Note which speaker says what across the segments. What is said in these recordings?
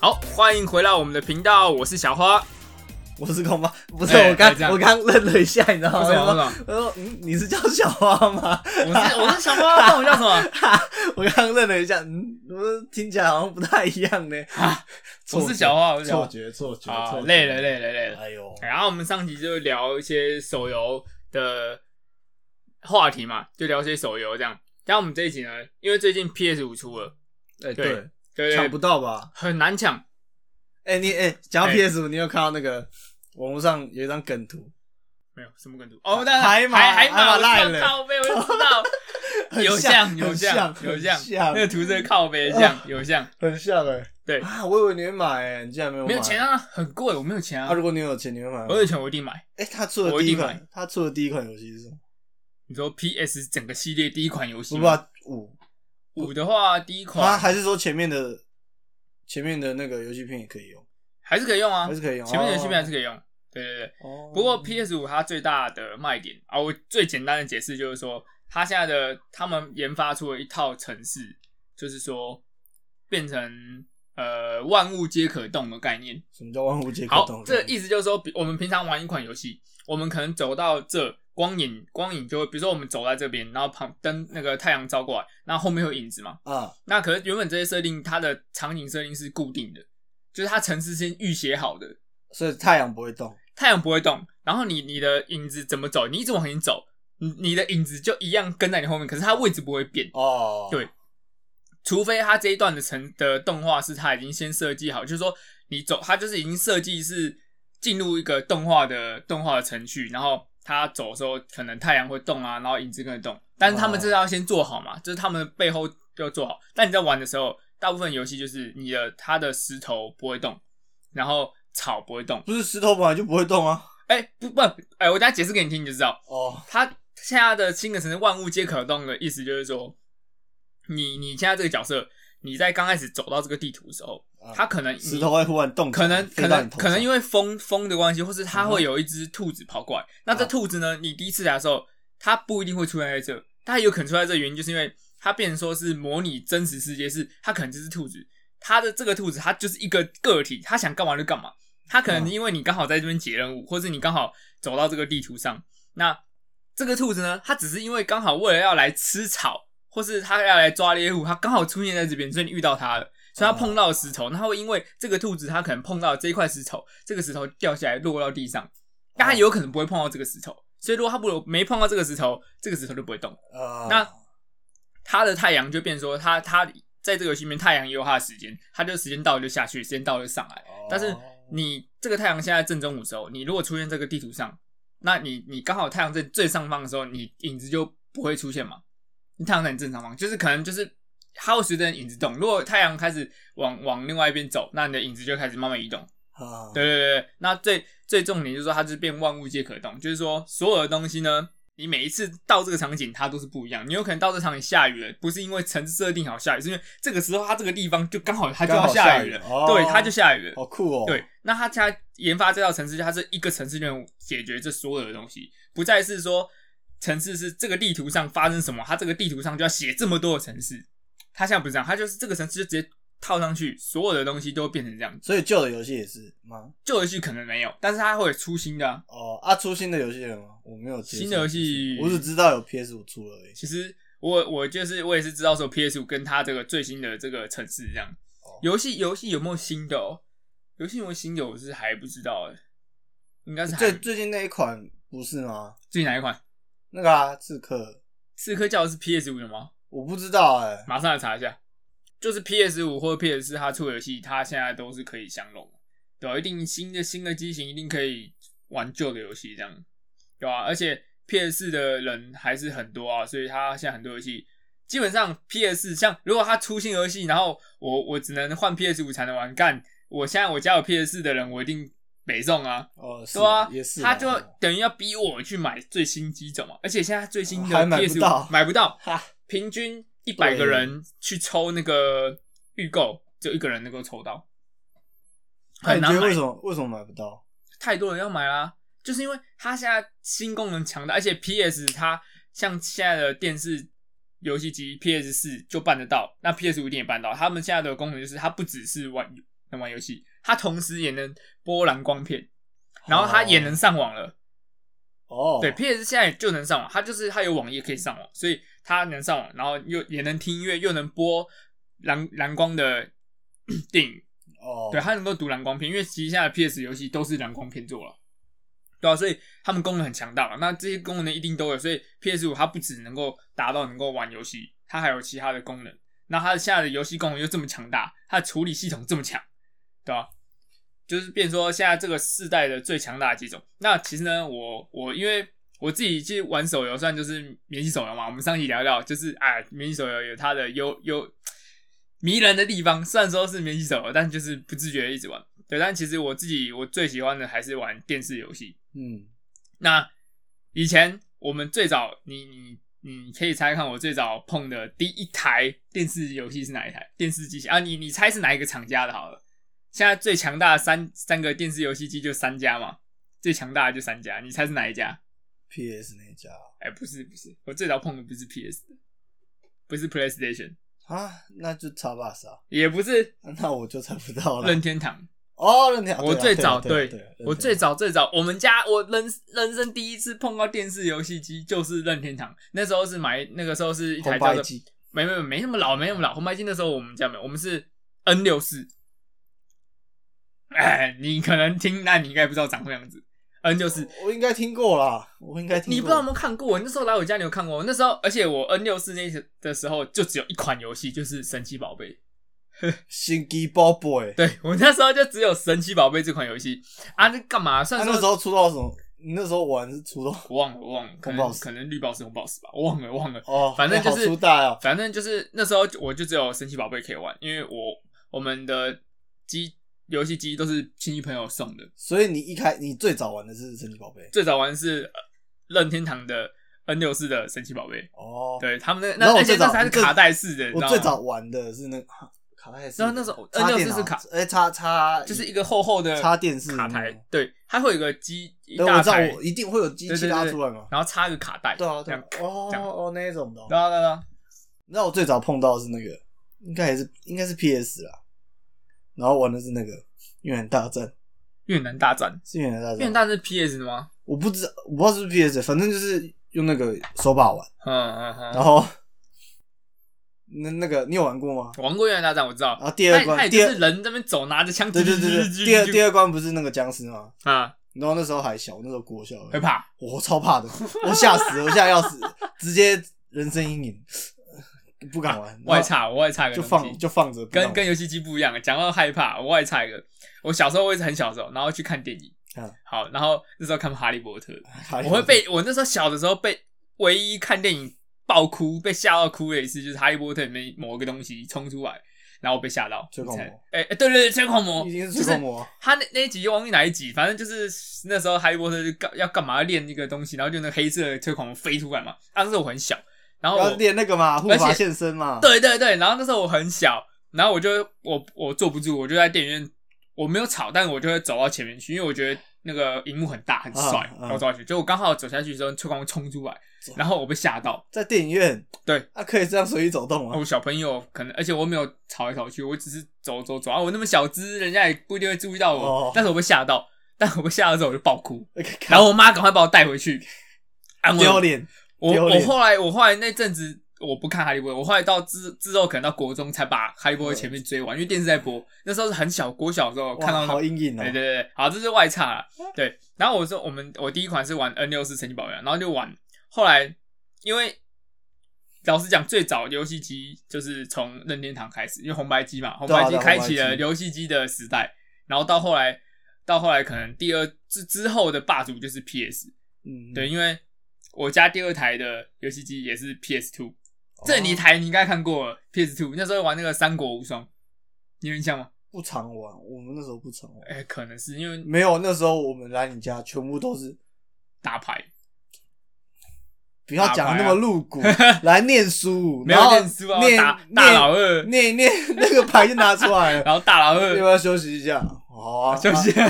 Speaker 1: 好，欢迎回来我们的频道，我是小花。
Speaker 2: 我是空吗？不是，
Speaker 1: 哎
Speaker 2: 我刚
Speaker 1: 哎这样
Speaker 2: 我刚愣了一下，你知道吗？
Speaker 1: 为什么？
Speaker 2: 我说，嗯，你是叫小花吗？
Speaker 1: 为什么？我是我是小花，那我叫什么？
Speaker 2: 我刚愣了一下，嗯，我说听起来好像不太一样呢。
Speaker 1: 啊
Speaker 2: 错觉
Speaker 1: 我是小花，我是小
Speaker 2: 错
Speaker 1: 花。
Speaker 2: 觉，错觉，
Speaker 1: 啊
Speaker 2: 错，觉
Speaker 1: 累了，累了，累了。
Speaker 2: 哎呦，
Speaker 1: 然后我们上集就聊一些手游的话题嘛，就聊一些手游这样。但我们这一集呢，因为最近 PS 五出了，
Speaker 2: 哎，
Speaker 1: 对
Speaker 2: 对，
Speaker 1: 对
Speaker 2: 抢
Speaker 1: 不
Speaker 2: 不
Speaker 1: 对？
Speaker 2: 到吧？
Speaker 1: 很难抢。
Speaker 2: 哎，你哎，讲到
Speaker 1: 哎
Speaker 2: PS 五，你有看到那个网络上有一张梗图，
Speaker 1: 没有什么梗图哦，但是
Speaker 2: 海马
Speaker 1: 海海
Speaker 2: 海马
Speaker 1: 我知道
Speaker 2: 赖了
Speaker 1: 靠背，我就知道
Speaker 2: 很
Speaker 1: 有像有
Speaker 2: 很像，
Speaker 1: 有
Speaker 2: 很
Speaker 1: 像，
Speaker 2: 像
Speaker 1: 那个，图是靠背像有像，
Speaker 2: 很像哎。
Speaker 1: 对
Speaker 2: 啊，我以为你会买，哎，你竟然没有买。
Speaker 1: 没有钱啊，很贵，我没有钱
Speaker 2: 啊！
Speaker 1: 啊
Speaker 2: 如，果你有钱，你会买吗
Speaker 1: 我？有钱我一定买。
Speaker 2: 哎，他出的
Speaker 1: 我一
Speaker 2: 第一
Speaker 1: 定
Speaker 2: 款，他出的第一款游戏是什么？
Speaker 1: 你说 PS 整个系列第一款游戏
Speaker 2: 不
Speaker 1: 吗
Speaker 2: 不，五
Speaker 1: 五的话，第一
Speaker 2: 啊，
Speaker 1: 款
Speaker 2: 还是说前面的前面的那个游戏片也可以用，
Speaker 1: 还是可以用啊
Speaker 2: 还，是可以用？
Speaker 1: 前面的游戏片还
Speaker 2: 哦
Speaker 1: 是可以用。对对对，
Speaker 2: 哦
Speaker 1: 不过 PS 五它最大的卖点啊，我最简单的解释就是说，它现在的他们研发出了一套程式，就是说变成呃万物皆可动的概念。
Speaker 2: 什么叫万物皆可
Speaker 1: 好
Speaker 2: 动？，嗯
Speaker 1: 这意思就是说，比我们平常玩一款游戏，我们可能走到这光影，光影就会，比如说我们走在这边，然后旁灯那个太阳照过来，那后面会有影子嘛。
Speaker 2: 啊，
Speaker 1: 那可是原本这些设定，它的场景设定是固定的，就是它程式先预写好的，
Speaker 2: 所以太阳不会动，
Speaker 1: 太阳不会动，然后你你的影子怎么走，你一直往前走，你你的影子就一样跟在你后面，可是它位置不会变，
Speaker 2: 哦，
Speaker 1: 对除非它这一段的成的动画是它已经先设计好，就是说你走，它就是已经设计是进入一个动画的动画的程序，然后它走的时候可能太阳会动啊，然后影子跟着动，但是他们这是要先做好嘛，就是他们背后要做好。但你在玩的时候，大部分游戏就是你的它的石头不会动，然后草不会动，
Speaker 2: 不是石头本来就不会动啊，
Speaker 1: 哎、不不，哎、我等一下解释给你听，你就知道。
Speaker 2: 哦，
Speaker 1: 它现在的新的城市万物皆可动的意思就是说，你你现在这个角色，你在刚开始走到这个地图的时候，
Speaker 2: 啊
Speaker 1: 它可能
Speaker 2: 石头会忽然动起来，
Speaker 1: 可能
Speaker 2: 飞
Speaker 1: 可
Speaker 2: 到你
Speaker 1: 能
Speaker 2: 头上嗯
Speaker 1: 可能因为风风的关系，或是它会有一只兔子跑过来。那这
Speaker 2: 啊
Speaker 1: 兔子呢，你第一次来的时候，它不一定会出现在这，它有可能出现在这，原因就是因为它变成说是模拟真实世界，是它可能这只兔子，它的这个兔子它就是一个个体，它想干嘛就干嘛。它可能
Speaker 2: 嗯
Speaker 1: 因为你刚好在这边解任务，或是你刚好走到这个地图上，那这个兔子呢，它只是因为刚好为了要来吃草，或是它要来抓猎物，它刚好出现在这边，所以你遇到它了。所以它碰到石头，那它会因为这个兔子，它可能碰到这一块石头，这个石头掉下来落到地上，但它有可能不会碰到这个石头，所以如果它不没碰到这个石头，这个石头就不会动。
Speaker 2: 啊，
Speaker 1: 那它的太阳就变成说，它它在这个游戏里面，太阳也有它的时间，它就时间到了就下去，时间到了就上来。
Speaker 2: 哦
Speaker 1: 但是你这个太阳现在正中午的时候，你如果出现这个地图上，那你你刚好太阳在最上方的时候，你影子就不会出现嘛？你太阳在你正上方，就是可能就是它会随着影子动。如果太阳开始往往另外一边走，那你的影子就开始慢慢移动。
Speaker 2: 啊，
Speaker 1: 对对对对，那最最重点就是说，它就是变万物皆可动，就是说所有的东西呢，你每一次到这个场景，它都是不一样。你有可能到这场景下雨了，不是因为城市设定好下雨，是因为这个时候它这个地方就刚好它就要
Speaker 2: 刚好
Speaker 1: 下
Speaker 2: 下
Speaker 1: 雨
Speaker 2: 雨
Speaker 1: 了，
Speaker 2: 哦
Speaker 1: 对，它就下雨了。
Speaker 2: 好酷哦，
Speaker 1: 对，那它现在研发这套城市，它是一个城市任务解决这所有的东西，不再是说城市是这个地图上发生什么，它这个地图上就要写这么多的城市。它现在不是这样，它就是这个城市就直接套上去，所有的东西都变成这样。
Speaker 2: 所以旧的游戏也是吗？
Speaker 1: 旧游戏可能没有，但是它会有出新的、啊。
Speaker 2: 哦，啊，出新的游戏了吗？我没有接触
Speaker 1: 新的游戏
Speaker 2: 我只知道有 PS 五出了而已。
Speaker 1: 其实我我就是我也是知道说 PS 五跟它这个最新的这个城市这样
Speaker 2: 哦。
Speaker 1: 游戏游戏有没有新的、哦？游戏有没有新的？我是还不知道哎、应该是还
Speaker 2: 最最近那一款不是吗？
Speaker 1: 最近哪一款？
Speaker 2: 那个啊，刺客，
Speaker 1: 刺客教是 PS 五的吗？
Speaker 2: 我不知道哎、
Speaker 1: 马上来查一下。就是 PS 五或 PS 四，它出的游戏，它现在都是可以相容，对啊吧、一定新的新的机型一定可以玩旧的游戏，这样，对吧、而且 PS 四的人还是很多啊，所以它现在很多游戏，基本上 PS 四像如果它出新游戏，然后我我只能换 PS 五才能玩，干，我现在我家有 PS 四的人，我一定北送啊，
Speaker 2: 哦，是
Speaker 1: 对啊，
Speaker 2: 也是
Speaker 1: 他
Speaker 2: 啊，
Speaker 1: 就等于要逼我去买最新机种啊嘛，而且现在最新的
Speaker 2: 哦还买不
Speaker 1: PS
Speaker 2: 到
Speaker 1: 买不 到
Speaker 2: 哈，
Speaker 1: 平均一百个人去抽那个预购，只有一个人能够抽到，
Speaker 2: 那
Speaker 1: 很
Speaker 2: 你
Speaker 1: 难
Speaker 2: 觉得为
Speaker 1: 买
Speaker 2: 什，么为什么买不到？
Speaker 1: 太多人要买啦，就是因为它现在新功能强大，而且 PS 它像现在的电视。游戏机 PS 四就办得到，那 PS 五一定也办到。他们现在的功能就是，它不只是玩能玩游戏，它同时也能波澜光片，然后它也能上网了。
Speaker 2: 哦，
Speaker 1: 对，PS 现在就能上网，它就是它有网页可以上网，所以它能上网，然后又也能听音乐，又能播蓝蓝光的电影，
Speaker 2: 哦，
Speaker 1: 对，啊它能够读蓝光片，因为其实现在的 PS 游戏都是蓝光片做了，对啊，所以它们功能很强大嘛，那这些功能一定都有，所以 PS 五它不只能够达到能够玩游戏，它还有其他的功能。那它的现在的游戏功能又这么强大，它的处理系统这么强，对吧、就是变说现在这个世代的最强大的几种。那其实呢，我我因为我自己去玩手游，算就是免洗手游嘛。我们上期聊到，就是哎，免洗手游有它的优优迷人的地方。虽然说是免洗手游，但就是不自觉地一直玩。对，但其实我自己我最喜欢的还是玩电视游戏。
Speaker 2: 嗯，
Speaker 1: 那以前我们最早，你你你可以猜猜看，我最早碰的第一台电视游戏是哪一台电视机型啊？你你猜是哪一个厂家的？好了，现在最强大的三三个电视游戏机就三家嘛，最强大的就三家，你猜是哪一家？
Speaker 2: ，PS 那家
Speaker 1: 哎、不是不是，我最早碰的不是 PS 的，不是 PlayStation，
Speaker 2: 啊，那就叉 box 啊，
Speaker 1: 也不是
Speaker 2: 那我就猜不到了。
Speaker 1: 任天堂。
Speaker 2: 哦，任天堂，
Speaker 1: 我
Speaker 2: 对啊
Speaker 1: 最早
Speaker 2: 对啊啊啊
Speaker 1: 我最早最早，我们家我人人生第一次碰到电视游戏机就是任天堂，那时候是买那个时候是一台
Speaker 2: 红
Speaker 1: 叫
Speaker 2: 白
Speaker 1: 做
Speaker 2: 机
Speaker 1: 没没没那么老，没那么老。红白机那时候我们家没有，我们是 N 六四。哎，你可能听，那你应该不知道长什么样子。N 六四，
Speaker 2: 我应该听过啦，我应该哦听过。
Speaker 1: 你不知道有没有看过？你那时候来我家，你有看过？那时候，而且我 N 六四那时的时候，就只有一款游戏，就是神奇宝贝。
Speaker 2: 新机宝贝，啊，
Speaker 1: 对我那时候就只有神奇宝贝这款游戏啊，那干嘛？算
Speaker 2: 那
Speaker 1: 说
Speaker 2: 时候出到什么？你那时候玩是出到
Speaker 1: 我忘了，我忘了，可
Speaker 2: 红宝
Speaker 1: 能
Speaker 2: 石
Speaker 1: 可能绿宝石、红宝石吧，我忘了，忘了。
Speaker 2: 哦，
Speaker 1: 反正
Speaker 2: 那
Speaker 1: 就
Speaker 2: 好
Speaker 1: 是
Speaker 2: 出大哦，
Speaker 1: 反正就是那时候我就只有神奇宝贝可以玩，因为我我们的机游戏机都是亲戚朋友送的。
Speaker 2: 所以你一开你最早玩的是神奇宝贝
Speaker 1: 最早玩的是呃任天堂的 N 六四的神奇宝贝，
Speaker 2: 哦。
Speaker 1: 对他们那
Speaker 2: 然
Speaker 1: 那
Speaker 2: 后我
Speaker 1: 而且
Speaker 2: 最早
Speaker 1: 那时候还是卡带式的，你知
Speaker 2: 我
Speaker 1: 道
Speaker 2: 最
Speaker 1: 吗？
Speaker 2: 早玩的是那个啊卡带式的，
Speaker 1: 然后那时候
Speaker 2: 插
Speaker 1: N64
Speaker 2: 电脑
Speaker 1: 是卡
Speaker 2: 哎插插
Speaker 1: 就是一个厚厚的
Speaker 2: 插电视
Speaker 1: 卡
Speaker 2: 那
Speaker 1: 台
Speaker 2: 种，
Speaker 1: 对，它会有个机一
Speaker 2: 对，我
Speaker 1: 大
Speaker 2: 知道
Speaker 1: 台，
Speaker 2: 我一定会有机
Speaker 1: 对
Speaker 2: 器
Speaker 1: 对
Speaker 2: 拉
Speaker 1: 对
Speaker 2: 出来嘛。
Speaker 1: 然后插一个卡带，
Speaker 2: 对啊，对
Speaker 1: 这
Speaker 2: 啊
Speaker 1: 样，
Speaker 2: 哦
Speaker 1: 这样
Speaker 2: 哦那一种的哦。
Speaker 1: 对啊对啊对啊，
Speaker 2: 那我最早碰到的是那个，应该也是应该是 PS 啦，然后玩的是那个《越南大战》，
Speaker 1: 越南大战，
Speaker 2: 是《越南大战》。
Speaker 1: 越南大战是 PS 的吗？
Speaker 2: 我不知道，我不知道是不是 PS，反正就是用那个手把玩，
Speaker 1: 嗯嗯
Speaker 2: 然
Speaker 1: 嗯，
Speaker 2: 后 那那个你有玩过吗？
Speaker 1: 玩过越南大战我知道
Speaker 2: 然，后第二
Speaker 1: 它它
Speaker 2: 关，
Speaker 1: 也
Speaker 2: 第
Speaker 1: 就
Speaker 2: 二
Speaker 1: 是人这边走拿着枪，
Speaker 2: 对对对 对，第二第
Speaker 1: 二
Speaker 2: 二关不是那个僵尸吗？
Speaker 1: 啊
Speaker 2: 然后那时候还小，那时候国小而已，
Speaker 1: 会怕，
Speaker 2: 我超怕的， 我吓死了，我吓得要死，直接人生阴影，不 敢玩。
Speaker 1: 我也差我也差个
Speaker 2: 就
Speaker 1: 东西
Speaker 2: 放就放着，不敢
Speaker 1: 跟
Speaker 2: 玩
Speaker 1: 跟游戏机不一样，讲到害怕，我外插一个，我小时候我一直很小的时候，然后去看电影，
Speaker 2: 嗯
Speaker 1: 好，然后那时候看《哈利波特》，
Speaker 2: 哈利
Speaker 1: 我会
Speaker 2: 波特
Speaker 1: 被我那时候小的时候被唯一看电影爆哭、被吓到哭的一次，就是《哈利波特》里面某一个东西冲出来，然后我被吓到。
Speaker 2: 吹狂魔
Speaker 1: 你猜，哎、哎对对对，吹狂魔，
Speaker 2: 已经
Speaker 1: 就是
Speaker 2: 恶魔，啊
Speaker 1: 他那那一集忘记哪一集，反正就是那时候哈利波特就干要干嘛要练一个东西，然后就那个黑色的吹狂魔飞出来嘛。当时我很小，然后
Speaker 2: 要
Speaker 1: 我
Speaker 2: 练那个嘛，护
Speaker 1: 而且
Speaker 2: 法现身嘛。
Speaker 1: 对对对，然后那时候我很小，然后我就我我坐不住，我就在电影院，我没有吵，但我就会走到前面去，因为我觉得那个荧幕很大很帅，
Speaker 2: 嗯嗯
Speaker 1: 然后走下去，结果我刚好走下去的时候，吹狂魔冲出来，然后我被吓到。
Speaker 2: 在电影院，
Speaker 1: 对，
Speaker 2: 啊，可以这样随意走动
Speaker 1: 哦，
Speaker 2: 啊。
Speaker 1: 我小朋友可能，而且我没有吵来吵去，我只是走走走啊，我那么小只，人家也不一定会注意到我，
Speaker 2: 哦
Speaker 1: 但是我被吓到，但我被吓到之后我就爆哭，然
Speaker 2: 然
Speaker 1: 后我妈赶快把我带回去，安慰
Speaker 2: 丢
Speaker 1: 我。
Speaker 2: 脸，
Speaker 1: 我
Speaker 2: 丢
Speaker 1: 我
Speaker 2: 脸
Speaker 1: 后来我后来那阵子我不看哈利波特，我后来到之之后可能到国中才把哈利波特前面追完，因为电视在播，那时候是很小，国小的时候看到
Speaker 2: 哇，
Speaker 1: 那
Speaker 2: 好阴影哦
Speaker 1: 哎对对。对，好，这是外差啦。对，然后我说我们我第一款是玩 N 六四神奇宝贝啊，然后就玩，后来因为老实讲，最早游戏机就是从任天堂开始，因为红白机嘛，红
Speaker 2: 对啊
Speaker 1: 白机
Speaker 2: 对啊
Speaker 1: 开
Speaker 2: 红白
Speaker 1: 启了
Speaker 2: 机
Speaker 1: 游戏机的时代，然后到后来到后来可能第二之之后的霸主就是 PS，
Speaker 2: 嗯，
Speaker 1: 对，因为我家第二台的游戏机也是 PS Two，
Speaker 2: 哦
Speaker 1: 这你台你应该看过了 PS Two，那时候玩那个《三国无双》，你有印象吗？
Speaker 2: 不常玩，我们那时候不常玩。
Speaker 1: 哎、可能是因为
Speaker 2: 没有，那时候我们来你家，全部都是
Speaker 1: 打牌，
Speaker 2: 不要讲那么露 骨，来念书，
Speaker 1: 没有
Speaker 2: 然后
Speaker 1: 念书啊，
Speaker 2: 念
Speaker 1: 打大老
Speaker 2: 念
Speaker 1: 二，
Speaker 2: 念一念 那个牌就拿出来了。
Speaker 1: 然后大老
Speaker 2: 要不
Speaker 1: 二
Speaker 2: 要休息一下？好啊，
Speaker 1: 休息，
Speaker 2: 啊。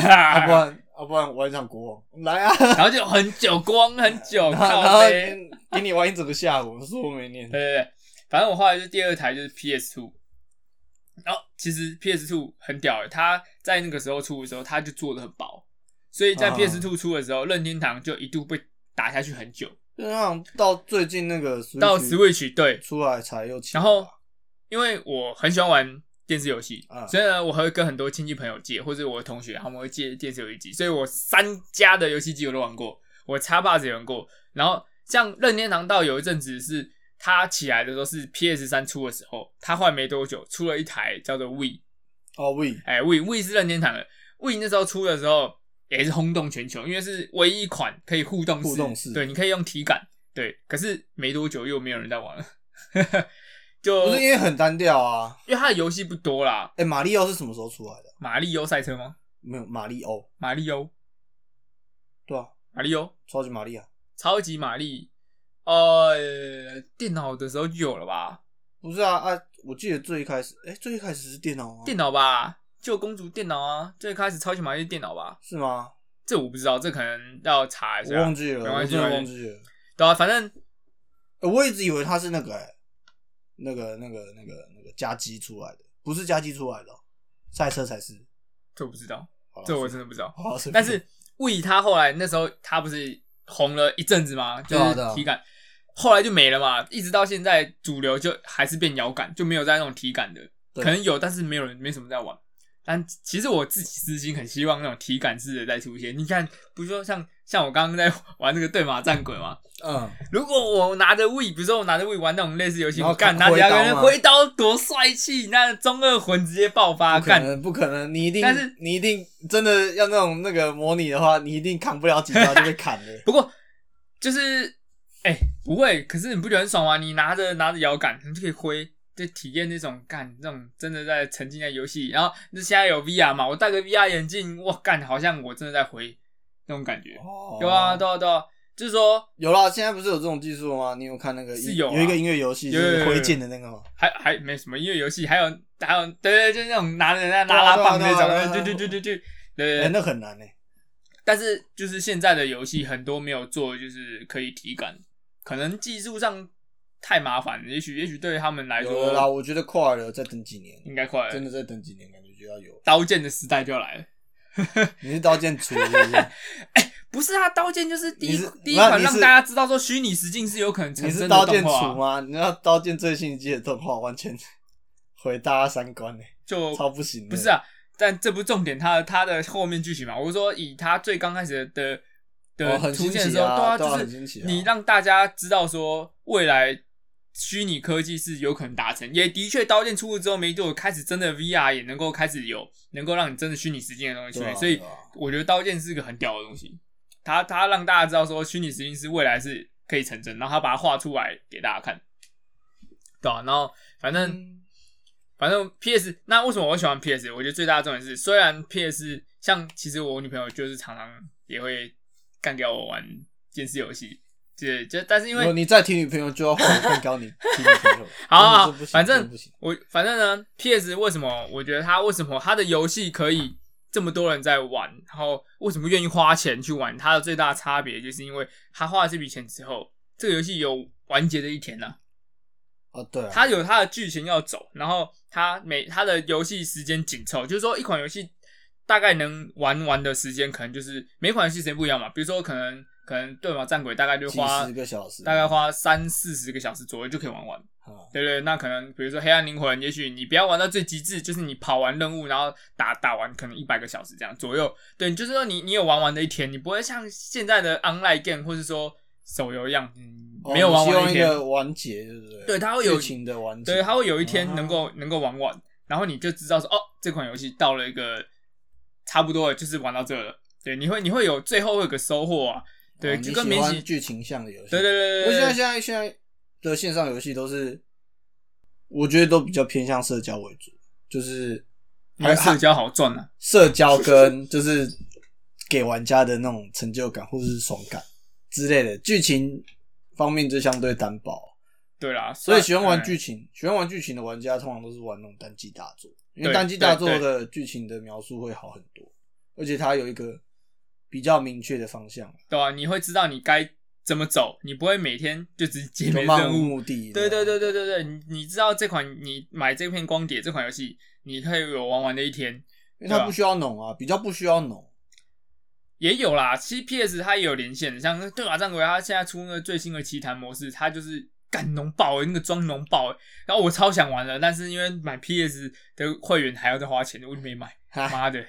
Speaker 2: 啊，不
Speaker 1: 然
Speaker 2: 然啊，不然玩一场国王，来啊！
Speaker 1: 后就很久光很久，
Speaker 2: 然 后然
Speaker 1: 靠
Speaker 2: 后
Speaker 1: 背，
Speaker 2: 给你玩一整个下午，说我没念
Speaker 1: 对对对，反正我后来就第二台就是 PS Two，然后其实 PS Two 很屌欸，它在那个时候出的时候，它就做的很薄，所以在
Speaker 2: 啊
Speaker 1: PS Two 出的时候，任天堂就一度被打下去很久，
Speaker 2: 就是好像到最近那个 Switch
Speaker 1: 到 Switch 对，
Speaker 2: 出来才又起来
Speaker 1: 然
Speaker 2: 吧，
Speaker 1: 后因为我很喜欢玩电视游戏，
Speaker 2: 啊
Speaker 1: 所以呢，我还会跟很多亲戚朋友借，或者我的同学他们会借电视游戏机，所以我三家的游戏机我都玩过，我叉 box 也玩过，然后像任天堂到有一阵子是它起来的时候是 PS 三出的时候，它换没多久出了一台叫做 We。
Speaker 2: 哦 We
Speaker 1: 哎，We We 是任天堂的，We 那时候出的时候也是轰动全球，因为是唯一一款可以互动式，
Speaker 2: 互动式
Speaker 1: 对，你可以用体感，对。可是没多久又没有人在玩了， 就呃
Speaker 2: 不是因为很单调啊。
Speaker 1: 因为它的游戏不多啦。
Speaker 2: 哎、马里奥是什么时候出来的？
Speaker 1: 马里欧赛车吗？
Speaker 2: 没有马里欧，
Speaker 1: 马里欧，
Speaker 2: 对啊，
Speaker 1: 马里欧，
Speaker 2: 超级玛丽啊，
Speaker 1: 超级玛丽，呃，电脑的时候就有了吧？
Speaker 2: 不是啊啊！我记得最一开始，哎、最一开始是电脑吗？
Speaker 1: 电脑吧，救公主电脑啊，最开始超级玛丽是电脑吧？
Speaker 2: 是吗？
Speaker 1: 这我不知道，这可能要查一
Speaker 2: 我
Speaker 1: 下。
Speaker 2: 忘记了，
Speaker 1: 啊没
Speaker 2: 我
Speaker 1: 关系
Speaker 2: 真的
Speaker 1: 没
Speaker 2: 忘
Speaker 1: 关系
Speaker 2: 记了。
Speaker 1: 对啊，反正
Speaker 2: 欸我一直以为它是那个、欸，那个、那个、那个、那个加机出来的，不是加机出来的哦、赛车才是。
Speaker 1: 这我不知道，
Speaker 2: 好啦
Speaker 1: 这我真的不知道。
Speaker 2: 好啦随便
Speaker 1: 但是魏他后来那时候他不是红了一阵子吗？就
Speaker 2: 对啊
Speaker 1: 是
Speaker 2: 对啊
Speaker 1: 体感，后来就没了嘛，一直到现在主流就还是变摇杆，就没有在那种体感的，
Speaker 2: 对
Speaker 1: 可能有，但是没有人没什么在玩。但其实我自己私心很希望那种体感式的再出现。你看，不是说像像我刚刚在玩那个对马战鬼吗？
Speaker 2: 嗯，
Speaker 1: 如果我拿着 w 比如说我拿着 w 玩那种类似游戏，
Speaker 2: 然后
Speaker 1: 我干拿
Speaker 2: 看
Speaker 1: 着
Speaker 2: 挥
Speaker 1: 要
Speaker 2: 刀
Speaker 1: 跟人
Speaker 2: 吗
Speaker 1: 挥刀多帅气，那中二魂直接爆发，
Speaker 2: 不可
Speaker 1: 干
Speaker 2: 能，不可能，你一定，
Speaker 1: 但是
Speaker 2: 你一定真的要那种那个模拟的话，你一定扛不了几招就被砍了。
Speaker 1: 不过就是哎、不会，可是你不觉得很爽吗？你拿着拿着摇杆，你就可以挥，就体验那种干那种真的在沉浸在游戏。然后那现在有 VR 嘛，我戴个 VR 眼镜，哇干，好像我真的在挥那种感觉。
Speaker 2: 哦
Speaker 1: 有啊，对啊，对啊，就是说
Speaker 2: 有啦，现在不是有这种技术吗？你有看那个
Speaker 1: 是有啊
Speaker 2: 一个音乐游戏
Speaker 1: 有
Speaker 2: 就
Speaker 1: 有有有
Speaker 2: 是挥剑的那个吗？
Speaker 1: 还还没什么音乐游戏，还有还有对对，就是那种拿着那
Speaker 2: 对
Speaker 1: 拉拉
Speaker 2: 啊对啊
Speaker 1: 棒
Speaker 2: 对
Speaker 1: 那
Speaker 2: 啊
Speaker 1: 种，
Speaker 2: 对
Speaker 1: 对
Speaker 2: 啊
Speaker 1: 对对对对对
Speaker 2: 哎，
Speaker 1: 对。
Speaker 2: 那很难呢。
Speaker 1: 但是就是现在的游戏很多没有做，就是可以体感，可能技术上太麻烦了，也许也许对他们来
Speaker 2: 有了啦，
Speaker 1: 说
Speaker 2: 我觉得快了，再等几年，
Speaker 1: 应该快了
Speaker 2: 真的再等几年，感觉就要有。
Speaker 1: 刀剑的时代就要来了。
Speaker 2: 你是刀剑厨是不是？
Speaker 1: 不是啊，刀剑就是第一
Speaker 2: 你是
Speaker 1: 第一款
Speaker 2: 那你
Speaker 1: 让
Speaker 2: 是
Speaker 1: 大家知道说虚拟实境是有可能产
Speaker 2: 你是
Speaker 1: 生的
Speaker 2: 刀剑
Speaker 1: 动
Speaker 2: 厨
Speaker 1: 画啊、
Speaker 2: 吗？你知道刀剑最新一季的动画完全 毁大家三观呢、欸
Speaker 1: 就
Speaker 2: 超不行的。
Speaker 1: 不是，啊，但这不是重点，它它的后面剧情嘛，我是说以它最刚开始的的
Speaker 2: 哦很
Speaker 1: 出
Speaker 2: 新
Speaker 1: 现的
Speaker 2: 奇
Speaker 1: 时候，
Speaker 2: 啊对啊
Speaker 1: 就
Speaker 2: 很新
Speaker 1: 是
Speaker 2: 奇啊
Speaker 1: 你让大家知道说未来虚拟科技是有可能达成，也的确刀剑出了之后没多久，开始真的 VR 也能够开始有能够让你真的虚拟实境的东西出
Speaker 2: 对
Speaker 1: 现，
Speaker 2: 啊
Speaker 1: 所以
Speaker 2: 对啊
Speaker 1: 我觉得刀剑是个很屌的东西，它它让大家知道说虚拟实境是未来是可以成真，然后它把它画出来给大家看，对啊，然后反正。
Speaker 2: 嗯，
Speaker 1: 反正 PS 那为什么我喜欢 PS？我觉得最大的重点是，虽然 PS 像其实我女朋友就是常常也会干掉我玩电视游戏，对，就但是因
Speaker 2: 如
Speaker 1: 为
Speaker 2: 果你再提女朋友，就要换我更高你提女朋友。
Speaker 1: 好好
Speaker 2: 真
Speaker 1: 好
Speaker 2: 的是不，行
Speaker 1: 反
Speaker 2: 真
Speaker 1: 正
Speaker 2: 的不行。
Speaker 1: 我反正呢，PS 为什么我觉得它为什么它的游戏可以这么多人在玩，然后为什么愿意花钱去玩？它的最大差别就是因为它花了这笔钱之后，这个游戏有完结的一天了、啊
Speaker 2: 哦，对啊，
Speaker 1: 它有它的剧情要走，然后它每它的游戏时间紧凑，就是说一款游戏大概能玩完的时间，可能就是每款游戏时间不一样嘛。比如说可能可能对马战鬼大概就花
Speaker 2: 几十个小时，
Speaker 1: 大概花三四十个小时左右就可以玩完，
Speaker 2: 啊
Speaker 1: 对不对？那可能比如说黑暗灵魂，也许你不要玩到最极致，就是你跑完任务，然后打打完可能一百个小时这样左右。对，就是说你你有玩完的一天，你不会像现在的 online game 或是说手游一样，嗯，
Speaker 2: 哦
Speaker 1: 没有玩
Speaker 2: 你希
Speaker 1: 完
Speaker 2: 望一
Speaker 1: 天。
Speaker 2: 个完结，对不对？
Speaker 1: 对它会有
Speaker 2: 剧情的完结，
Speaker 1: 对，它会有一天能
Speaker 2: 啊
Speaker 1: 够、能够玩完，然后你就知道说，哦，这款游戏到了一个差不多了，就是玩到这了。对，你会你会有最后会有个收获啊。对，
Speaker 2: 哦
Speaker 1: 就
Speaker 2: 你
Speaker 1: 跟
Speaker 2: 喜
Speaker 1: 免
Speaker 2: 欢
Speaker 1: 洗，
Speaker 2: 剧情向的游戏，
Speaker 1: 对对对
Speaker 2: 因为
Speaker 1: 对
Speaker 2: 现在
Speaker 1: 对
Speaker 2: 现在现在的线上游戏都是，我觉得都比较偏向社交为主，就是
Speaker 1: 因为社交好赚啊。
Speaker 2: 社交跟就是给玩家的那种成就感或者是爽感之类的，剧情方面就相对单薄，
Speaker 1: 对啦，
Speaker 2: 所以
Speaker 1: 算
Speaker 2: 喜欢玩剧
Speaker 1: 嗯
Speaker 2: 情、喜欢玩剧情的玩家通常都是玩那种单机大作，因
Speaker 1: 对
Speaker 2: 为单机大作
Speaker 1: 对
Speaker 2: 的剧情的描述会好很多，而且它有一个比较明确的方向。
Speaker 1: 对啊，你会知道你该怎么走，你不会每天就只解
Speaker 2: 就
Speaker 1: 决
Speaker 2: 漫无
Speaker 1: 任务。
Speaker 2: 目的。
Speaker 1: 对对
Speaker 2: 啊
Speaker 1: 对对对对，你你知道这款你买这片光碟这款游戏，你可以有玩完的一天，
Speaker 2: 因为它不需要弄啊，比较不需要弄。
Speaker 1: 也有啦，其实 PS 它也有连线，像《对马啊战鬼》，它现在出那个最新的奇谭模式，它就是干浓爆、欸，那个装浓爆、欸，然后我超想玩的，但是因为买 PS 的会员还要再花钱，我就没买。
Speaker 2: 哈，
Speaker 1: 妈的，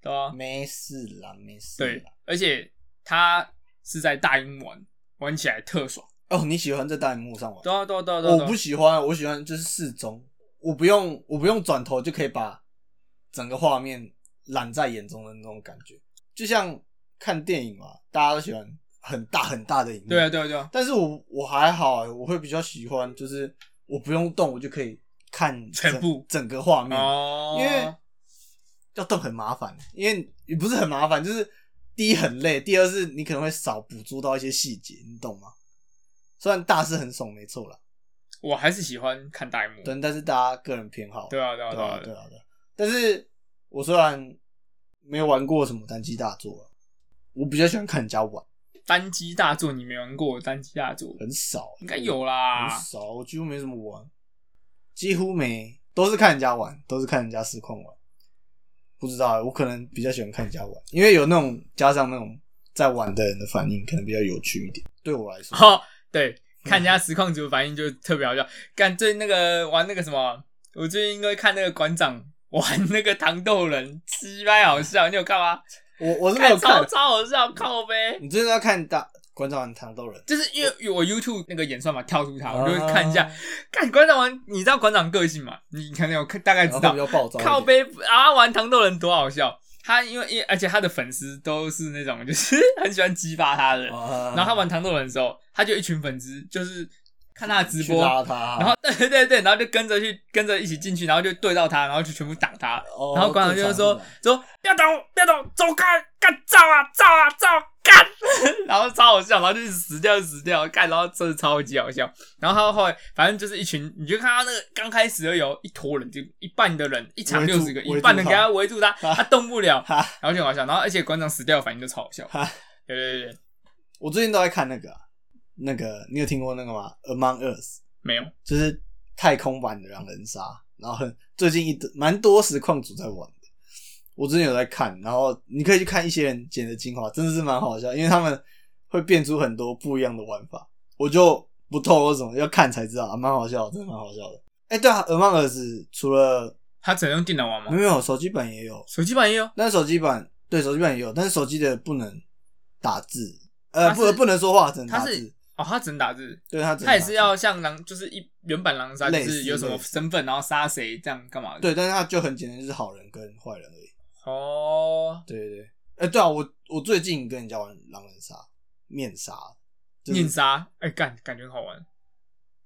Speaker 1: 对啊，
Speaker 2: 没事啦，没事
Speaker 1: 对
Speaker 2: 啦。，
Speaker 1: 而且它是在大英玩，玩起来特爽。
Speaker 2: 哦，你喜欢在大荧幕上玩？
Speaker 1: 对啊，对啊，对啊，对啊，
Speaker 2: 我
Speaker 1: 对啊
Speaker 2: 不喜欢，我喜欢就是适中，我不用我不用转头就可以把整个画面揽在眼中的那种感觉，就像看电影嘛，大家都喜欢很大很大的荧幕。
Speaker 1: 对啊，对啊，对啊，
Speaker 2: 但是我我还好、欸，我会比较喜欢就是我不用动，我就可以看整
Speaker 1: 全部
Speaker 2: 整个画面，
Speaker 1: 哦，
Speaker 2: 嗯因为要动很麻烦，因为也不是很麻烦，就是第一很累，第二是你可能会少捕捉到一些细节，你懂吗？虽然大是很爽，没错啦，
Speaker 1: 我还是喜欢看大荧幕。
Speaker 2: 但但是大家个人偏好，
Speaker 1: 对啊，对啊，
Speaker 2: 对
Speaker 1: 对啊，
Speaker 2: 啊，对啊，对啊。但是我虽然没有玩过什么单机大作啊，我比较喜欢看人家玩，
Speaker 1: 单机大作你没玩过？单机大作
Speaker 2: 很少，
Speaker 1: 应该有
Speaker 2: 很
Speaker 1: 啦。
Speaker 2: 少，我几乎没怎么玩，几乎没，都是看人家玩，都是看人家实况玩。不知道欸，我可能比较喜欢看人家玩，因为有那种加上那种在玩的人的反应，可能比较有趣一点。对我来说，
Speaker 1: 哦，对，看人家实况组的反应就特别好笑。干最近那个玩那个什么，我最近因为看那个馆长玩那个糖豆人，鸡掰好笑。你有看吗？
Speaker 2: 我我是没有看
Speaker 1: 超
Speaker 2: 的。
Speaker 1: 超好笑，靠呗。
Speaker 2: 你真的要看大馆长玩糖豆人？
Speaker 1: 就是因为我 YouTube 那个演算法跳出它，我就
Speaker 2: 啊
Speaker 1: 会看一下。看馆长玩，你知道馆长个性嘛？你可能有看大概
Speaker 2: 然
Speaker 1: 知
Speaker 2: 后
Speaker 1: 道
Speaker 2: 比。较暴躁一点。
Speaker 1: 靠背啊，玩糖豆人多好笑。他因为因而且他的粉丝都是那种就是很喜欢激发他的人。
Speaker 2: 啊，
Speaker 1: 然后他玩糖豆人的时候，他就一群粉丝就是看他的直
Speaker 2: 去
Speaker 1: 播，
Speaker 2: 拉他，
Speaker 1: 然后对对对，然后就跟着去跟着一起进去，然后就对到他，然后就全部打他，
Speaker 2: 哦
Speaker 1: 然后馆长就会说
Speaker 2: 正常
Speaker 1: 说不要打我，不要打我，走开，干照啊照啊照啊干， 然后超好笑，然后就是死掉就死掉，干，然后真的超级好笑。然后他后来反正就是一群，你就看他那个刚开始的有一坨人，就一半的人一场
Speaker 2: 围
Speaker 1: 六
Speaker 2: 住
Speaker 1: 十个，
Speaker 2: 围
Speaker 1: 一
Speaker 2: 住
Speaker 1: 半人给
Speaker 2: 他
Speaker 1: 他围住他，他动不了，
Speaker 2: 哈
Speaker 1: 然后就很好笑。然后而且馆长死掉的反应就超好 笑
Speaker 2: 哈，
Speaker 1: 对对对对，
Speaker 2: 我最近都在看那个啊、那个，你有听过那个吗？Among Us，
Speaker 1: 没有
Speaker 2: 就是太空版的狼人杀，然后很最近一蛮多实况组在玩的。我之前有在看，然后你可以去看一些人剪的精华，真的是蛮好笑，因为他们会变出很多不一样的玩法。我就不透露什么，要看才知道，啊蛮、好笑的，真的蛮好笑的。哎、对啊，Among Us 除了
Speaker 1: 他只能用电脑玩吗？
Speaker 2: 没有手机版也有，
Speaker 1: 手机版也有，
Speaker 2: 但是手机版对手机版也有，但是手机的不能打字，呃，
Speaker 1: 它是
Speaker 2: 不不能说话，只能打
Speaker 1: 他是
Speaker 2: 字。
Speaker 1: 哦，他只能打字，
Speaker 2: 对他，
Speaker 1: 他也是要像狼，就是一原版狼人杀，就
Speaker 2: 类
Speaker 1: 是
Speaker 2: 似
Speaker 1: 有什么
Speaker 2: 类似
Speaker 1: 身份，然后杀谁这样干嘛的？
Speaker 2: 对，但是他就很简单，就是好人跟坏人而已。
Speaker 1: 哦，
Speaker 2: 对对对，哎、对啊，我我最近跟人家玩狼人杀面杀，就是
Speaker 1: 面杀，哎、干，感觉很好玩。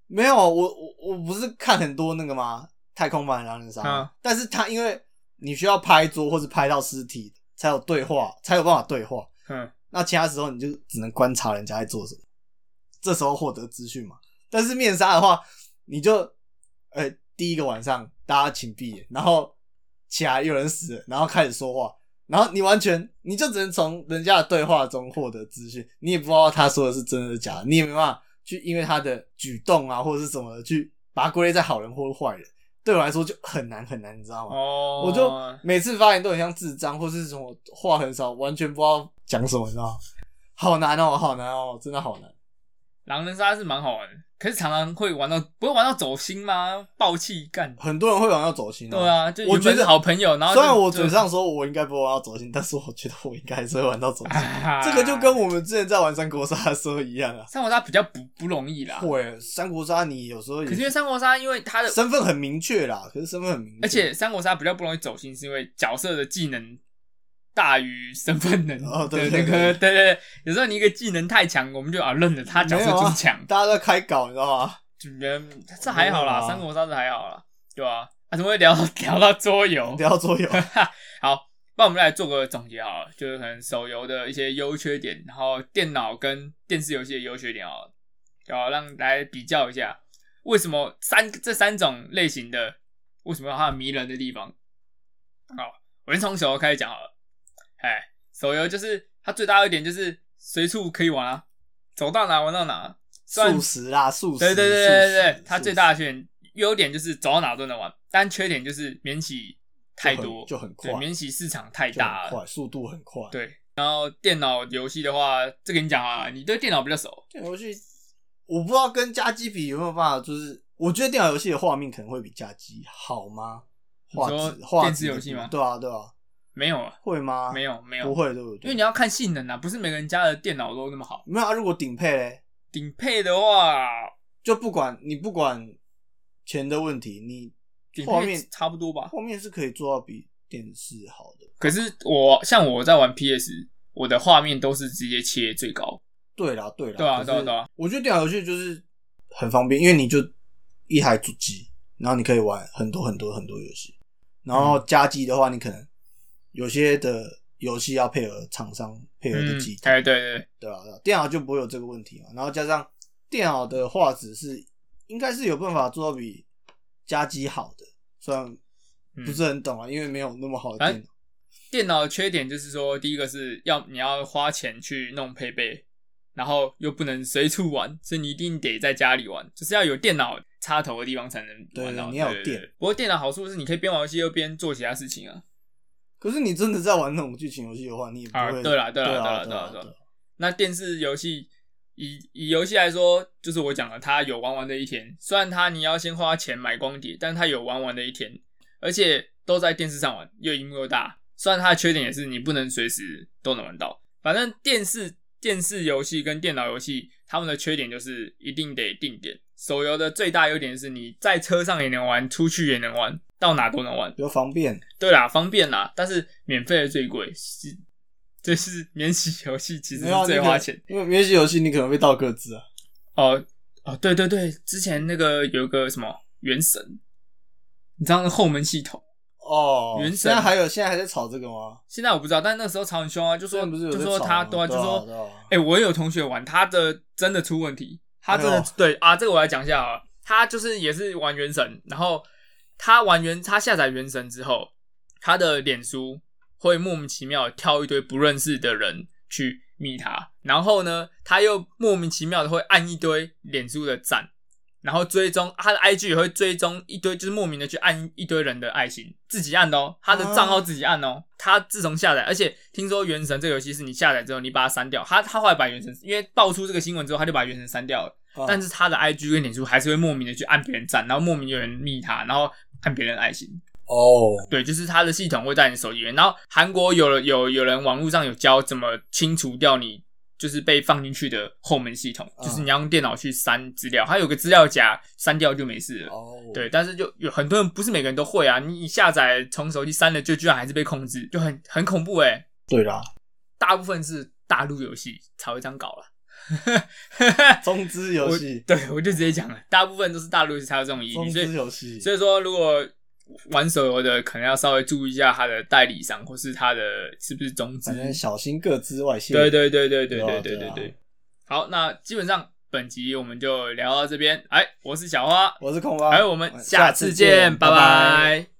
Speaker 2: 没有，我我我不是看很多那个吗？太空版的狼人杀
Speaker 1: 嗯
Speaker 2: 吗，但是他因为你需要拍桌或是拍到尸体才有对话，才有办法对话。
Speaker 1: 嗯，
Speaker 2: 那其他时候你就只能观察人家在做什么，这时候获得资讯嘛。但是面纱的话，你就呃第一个晚上大家请闭眼，然后起来有人死了，然后开始说话，然后你完全你就只能从人家的对话中获得资讯，你也不知道他说的是真的假的，你也没办法去因为他的举动啊或者是什么的去把它归类在好人或坏人。对我来说就很难很难，你知道吗？
Speaker 1: 哦，
Speaker 2: 我就每次发言都很像智障，或是什么话很少，完全不知道讲什么，你知道吗？好难哦，好难哦，真的好难。
Speaker 1: 狼人杀是蛮好玩的，可是常常会玩到，不会玩到走心吗？暴气干，
Speaker 2: 很多人会玩到走心、
Speaker 1: 对，啊，就
Speaker 2: 哦我
Speaker 1: 原本
Speaker 2: 觉
Speaker 1: 是
Speaker 2: 得
Speaker 1: 好朋友，然后
Speaker 2: 虽然
Speaker 1: 就
Speaker 2: 我嘴上说我应该不会玩到走心，但是我觉得我应该还是会玩到走 心。
Speaker 1: 啊
Speaker 2: 这个 就跟我们之前在玩三国杀的时候一样啊。
Speaker 1: 三国杀比较不不容易啦。
Speaker 2: 会三国杀，你有时候也
Speaker 1: 可是因为三国杀，因为他的，
Speaker 2: 身份很明确啦，可是身份很明确，
Speaker 1: 而且三国杀比较不容易走心，是因为角色的技能大于身份能
Speaker 2: 哦
Speaker 1: 的
Speaker 2: 对
Speaker 1: 那
Speaker 2: 对
Speaker 1: 个，对对对，有时候你一个技能太强，我们就啊认了他角色就是强，
Speaker 2: 大家都在开搞，你知道吗？
Speaker 1: 就嗯这还好啦，
Speaker 2: 啊没有啊
Speaker 1: 三国杀是还好啦，对吧？啊，怎么会聊聊到桌游？
Speaker 2: 不要桌游，
Speaker 1: 好，那我们来做个总结好了，就是可能手游的一些优缺点，然后电脑跟电视游戏的优缺点好了，好让来比较一下，为什么三这三种类型的为什么有它迷人的地方？好，我先从手游开始讲好了。哎，手游就是它最大的一点就是随处可以玩啊，走到哪玩到哪。 虽然
Speaker 2: 素食啦，素食，
Speaker 1: 对对对对对
Speaker 2: 素
Speaker 1: 对
Speaker 2: 食，
Speaker 1: 它最大的缺点优点就是走到哪都能玩，但缺点就是免洗太多，
Speaker 2: 就很就很快
Speaker 1: 对，免洗市场太
Speaker 2: 就很
Speaker 1: 大了。
Speaker 2: 快，速度很快。
Speaker 1: 对，然后电脑游戏的话，这跟你讲啊，你对电脑比较熟，
Speaker 2: 电脑游戏，我不知道跟家机比有没有办法，就是我觉得电脑游戏的画面可能会比家机好吗？
Speaker 1: 你
Speaker 2: 画
Speaker 1: 说
Speaker 2: 质，画
Speaker 1: 电
Speaker 2: 质
Speaker 1: 视
Speaker 2: 的
Speaker 1: 游戏
Speaker 2: 部分
Speaker 1: 吗
Speaker 2: 对啊，对啊，
Speaker 1: 没有啊，
Speaker 2: 会吗？
Speaker 1: 没有没有，
Speaker 2: 不，会，对不对？
Speaker 1: 因为你要看性能啊，不是每个人家的电脑都那么好。
Speaker 2: 没有啊，如果顶配嘞，
Speaker 1: 顶配的话，
Speaker 2: 就不管你不管钱的问题，你
Speaker 1: 顶
Speaker 2: 画
Speaker 1: 配啊
Speaker 2: 面
Speaker 1: 差不多吧。
Speaker 2: 后面是可以做到比电视好的。
Speaker 1: 可是我像我在玩 PS，我的画面都是直接切最高。
Speaker 2: 对啦，对啦，
Speaker 1: 对啊
Speaker 2: 可是
Speaker 1: 对啊对啊
Speaker 2: 我觉得电脑游戏就是很方便，因为你就一台主机，然后你可以玩很多很多很多游戏。然后家机的话，你可能有些的游戏要配合厂商配合的
Speaker 1: 嗯
Speaker 2: 机体，，
Speaker 1: 哎，对对对，
Speaker 2: 对啊，对啊，电脑就不会有这个问题嘛。然后加上电脑的画质是应该是有办法做到比家机好的，虽然
Speaker 1: 嗯
Speaker 2: 不是很懂啊，因为没有那么好的
Speaker 1: 哎
Speaker 2: 电脑。
Speaker 1: 电脑的缺点就是说，第一个是要你要花钱去弄配备，然后又不能随处玩，所以你一定得在家里玩，就是要有电脑插头的地方才能玩到。
Speaker 2: 对你要有
Speaker 1: 对对对
Speaker 2: 电
Speaker 1: 不过电脑好处是你可以边玩游戏又边做其他事情啊。
Speaker 2: 可是你真的在玩那种剧情游戏的话，你也不
Speaker 1: 啊
Speaker 2: 会。
Speaker 1: 对啦对
Speaker 2: 对
Speaker 1: 啦
Speaker 2: 啊，
Speaker 1: 对啦
Speaker 2: 啊，
Speaker 1: 对啦
Speaker 2: 对啊。
Speaker 1: 那电视游戏以以游戏来说，就是我讲了，它有玩玩的一天。虽然它你要先花钱买光碟，但它有玩玩的一天，而且都在电视上玩，又荧幕又大。虽然它的缺点也是你不能随时都能玩到，反正电视电视游戏跟电脑游戏它们的缺点就是一定得定点。手游的最大优点是你在车上也能玩，出去也能玩，到哪都能玩。
Speaker 2: 比较方便。
Speaker 1: 对啦，方便啦，但是免费的最贵，是这是免洗游戏其实
Speaker 2: 没有啊
Speaker 1: 是最花钱。，
Speaker 2: 你可能因为免洗游戏你可能被盗各自啊。
Speaker 1: 哦哦，对对对，之前那个有个什么原神，你知道那后门系统，
Speaker 2: 哦，
Speaker 1: 原神
Speaker 2: 现在还有现在还在炒这个吗？
Speaker 1: 现在我不知道，但那时候吵很凶啊，就
Speaker 2: 现
Speaker 1: 说
Speaker 2: 在不是有
Speaker 1: 就
Speaker 2: 在
Speaker 1: 说
Speaker 2: 吵
Speaker 1: 他
Speaker 2: 吗
Speaker 1: 对啊，就
Speaker 2: 对啊
Speaker 1: 说
Speaker 2: 对啊
Speaker 1: 哎、我有同学玩，他的真的出问题，他真的、
Speaker 2: 哎呦
Speaker 1: 对啊，这个我来讲一下啊，他就是也是玩原神，然后他玩原他下载原神之后，他的脸书会莫名其妙地跳一堆不认识的人去密他，然后呢，他又莫名其妙的会按一堆脸书的赞。然后追踪他的 IG 也会追踪一堆，就是莫名的去按一堆人的爱心，自己按的哦，他的账号自己按哦。他自从下载，而且听说《原神》这个游戏是你下载之后你把它删掉，他他后来把《原神》因为爆出这个新闻之后，他就把《原神》删掉了。
Speaker 2: 啊
Speaker 1: 但是他的 IG 跟脸书还是会莫名的去按别人赞，然后莫名有人密他，然后按别人爱心。
Speaker 2: 哦，
Speaker 1: 对，就是他的系统会在你手机里面。然后韩国有了有有人网络上有教怎么清除掉你就是被放进去的后门系统，
Speaker 2: 嗯
Speaker 1: 就是你要用电脑去删资料，它有个资料夹，删掉就没事了。
Speaker 2: 哦，
Speaker 1: 对，，但是就有很多人不是每个人都会啊，你一下载从手机删了，就居然还是被控制，就很很恐怖诶、欸
Speaker 2: 对啦。
Speaker 1: 大部分是大陆游戏才会这样搞了。
Speaker 2: 中资游戏，
Speaker 1: 对我就直接讲了，大部分都是大陆游戏才有这种疑
Speaker 2: 中
Speaker 1: 虑，所
Speaker 2: 资
Speaker 1: 以
Speaker 2: 游戏，
Speaker 1: 所以说，如果玩手游的，可能要稍微注意一下他的代理商，或是他的是不是中资
Speaker 2: 反。正小心各资外泄。
Speaker 1: 对对对对对
Speaker 2: 对啊
Speaker 1: 对对
Speaker 2: 对
Speaker 1: 对
Speaker 2: 啊
Speaker 1: 对。好，那基本上本集我们就聊到这边。哎，我是小花，
Speaker 2: 我是空蛙，
Speaker 1: 哎，我们
Speaker 2: 哎
Speaker 1: 下次见，拜
Speaker 2: 拜
Speaker 1: 拜。